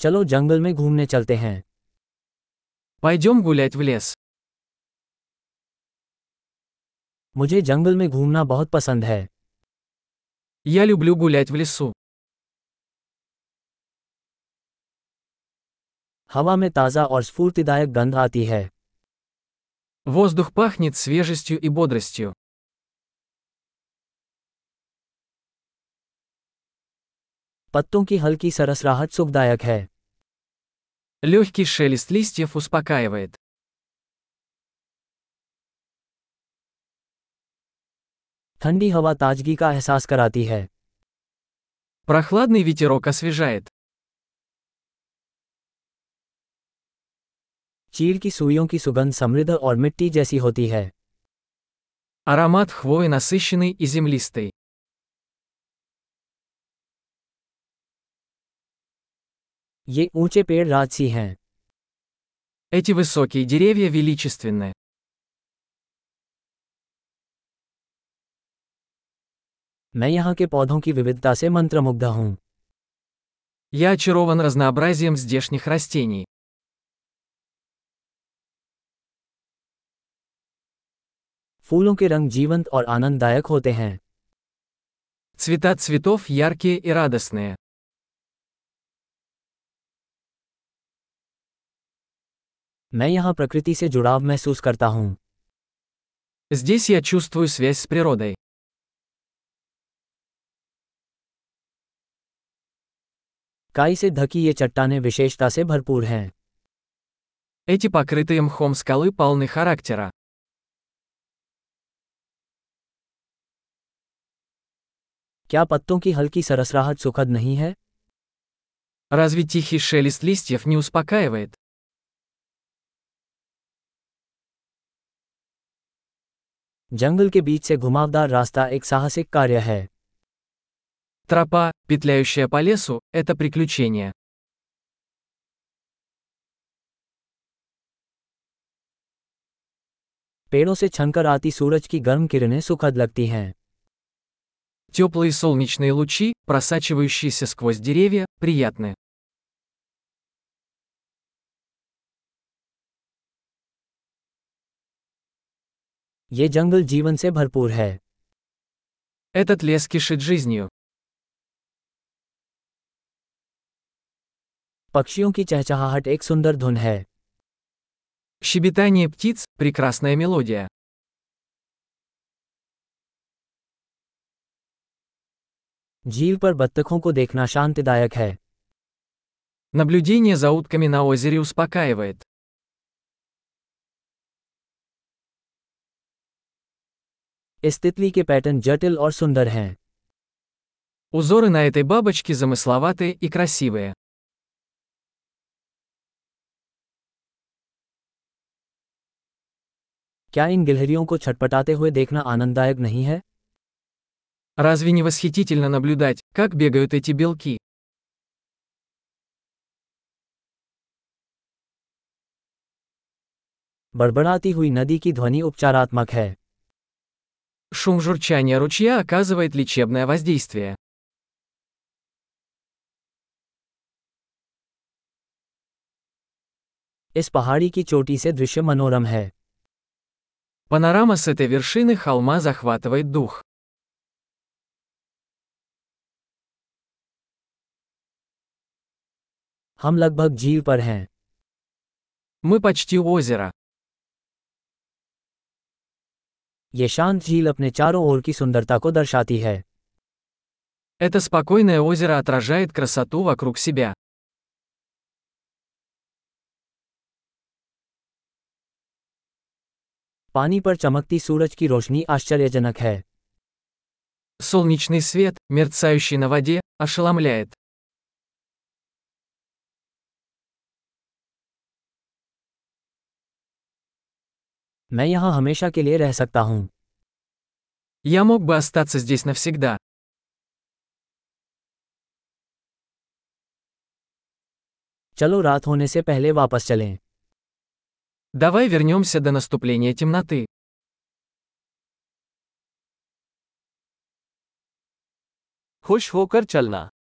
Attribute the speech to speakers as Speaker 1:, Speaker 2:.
Speaker 1: चलो जंगल में घूमने चलते हैं
Speaker 2: Пойдем гулять в лес.
Speaker 1: मुझे जंगल में घूमना बहुत पसंद है
Speaker 2: Я люблю гулять в лесу.
Speaker 1: हवा में ताज़ा और स्फूर्तिदायक गंध आती है
Speaker 2: Воздух пахнет свежестью и бодростью.
Speaker 1: पत्तों की हल्की सरसराहट सुखदायक है
Speaker 2: Легкий шелест листьев успокаивает.
Speaker 1: ठंडी हवा ताजगी का एहसास कराती है
Speaker 2: Прохладный ветерок освежает.
Speaker 1: चीड़ की सुइयों की सुगंध समृद्ध और मिट्टी जैसी होती है
Speaker 2: Аромат хвои насыщенный и землистый.
Speaker 1: ये ऊंचे पेड़ राजसी हैं
Speaker 2: Эти высокие деревья величественны.
Speaker 1: मैं यहाँ के पौधों की विविधता से मंत्रमुग्ध हूँ
Speaker 2: Я очарован разнообразием здешних растений.
Speaker 1: फूलों के रंग जीवंत और आनंददायक होते हैं
Speaker 2: Цвета цветов яркие и радостные.
Speaker 1: मैं यहाँ प्रकृति से जुड़ाव महसूस करता हूँ
Speaker 2: Здесь я чувствую связь с природой.
Speaker 1: काई से ढकी ये चट्टाने विशेषता से भरपूर हैं
Speaker 2: Эти покрытые мхом скалы полны характера.
Speaker 1: क्या पत्तों की हल्की सरसराहट सुखद नहीं है
Speaker 2: Разве тихий шелест листьев не успокаивает?
Speaker 1: जंगल के बीच से घुमावदार रास्ता एक साहसिक कार्य है
Speaker 2: Тропа, петляющая по лесу, это приключение.
Speaker 1: पेड़ों से छनकर आती सूरज की गर्म किरणें सुखद लगती हैं
Speaker 2: Теплые солнечные лучи, просачивающиеся сквозь деревья, приятны.
Speaker 1: ये जंगल जीवन से भरपूर है
Speaker 2: Этот лес кишит жизнью.
Speaker 1: पक्षियों की चहचहाहट एक सुंदर धुन है
Speaker 2: Щебетание птиц – прекрасная мелодия.
Speaker 1: झील पर बत्तखों को देखना शांतिदायक है
Speaker 2: Наблюдение за утками на озере успокаивает.
Speaker 1: इस तितली के पैटर्न जटिल और सुंदर हैं
Speaker 2: Узоры на этой бабочке замысловатые и красивые.
Speaker 1: क्या इन गिलहरियों को छटपटाते हुए देखना आनंददायक नहीं है
Speaker 2: Разве не восхитительно наблюдать, как бегают эти белки?
Speaker 1: बड़बड़ाती हुई नदी की ध्वनि उपचारात्मक है
Speaker 2: Шум журчания ручья оказывает лечебное воздействие.
Speaker 1: इस पहाड़ी की चोटी से दृश्य मनोरम है
Speaker 2: Панорама с этой вершины холма захватывает дух.
Speaker 1: हम लगभग झील पर हैं
Speaker 2: Мы почти у озера.
Speaker 1: ये शांत झील अपने चारों ओर की सुंदरता को दर्शाती है
Speaker 2: Это спокойное озеро отражает красоту вокруг себя.
Speaker 1: पानी पर चमकती सूरज की रोशनी आश्चर्यजनक है
Speaker 2: Солнечный свет, мерцающий на воде, ошеломляет.
Speaker 1: मैं यहाँ हमेशा के लिए रह सकता हूँ
Speaker 2: Я мог бы остаться здесь навсегда.
Speaker 1: चलो रात होने से पहले वापस चलें
Speaker 2: Давай вернемся до наступления темноты.
Speaker 3: खुश होकर चलना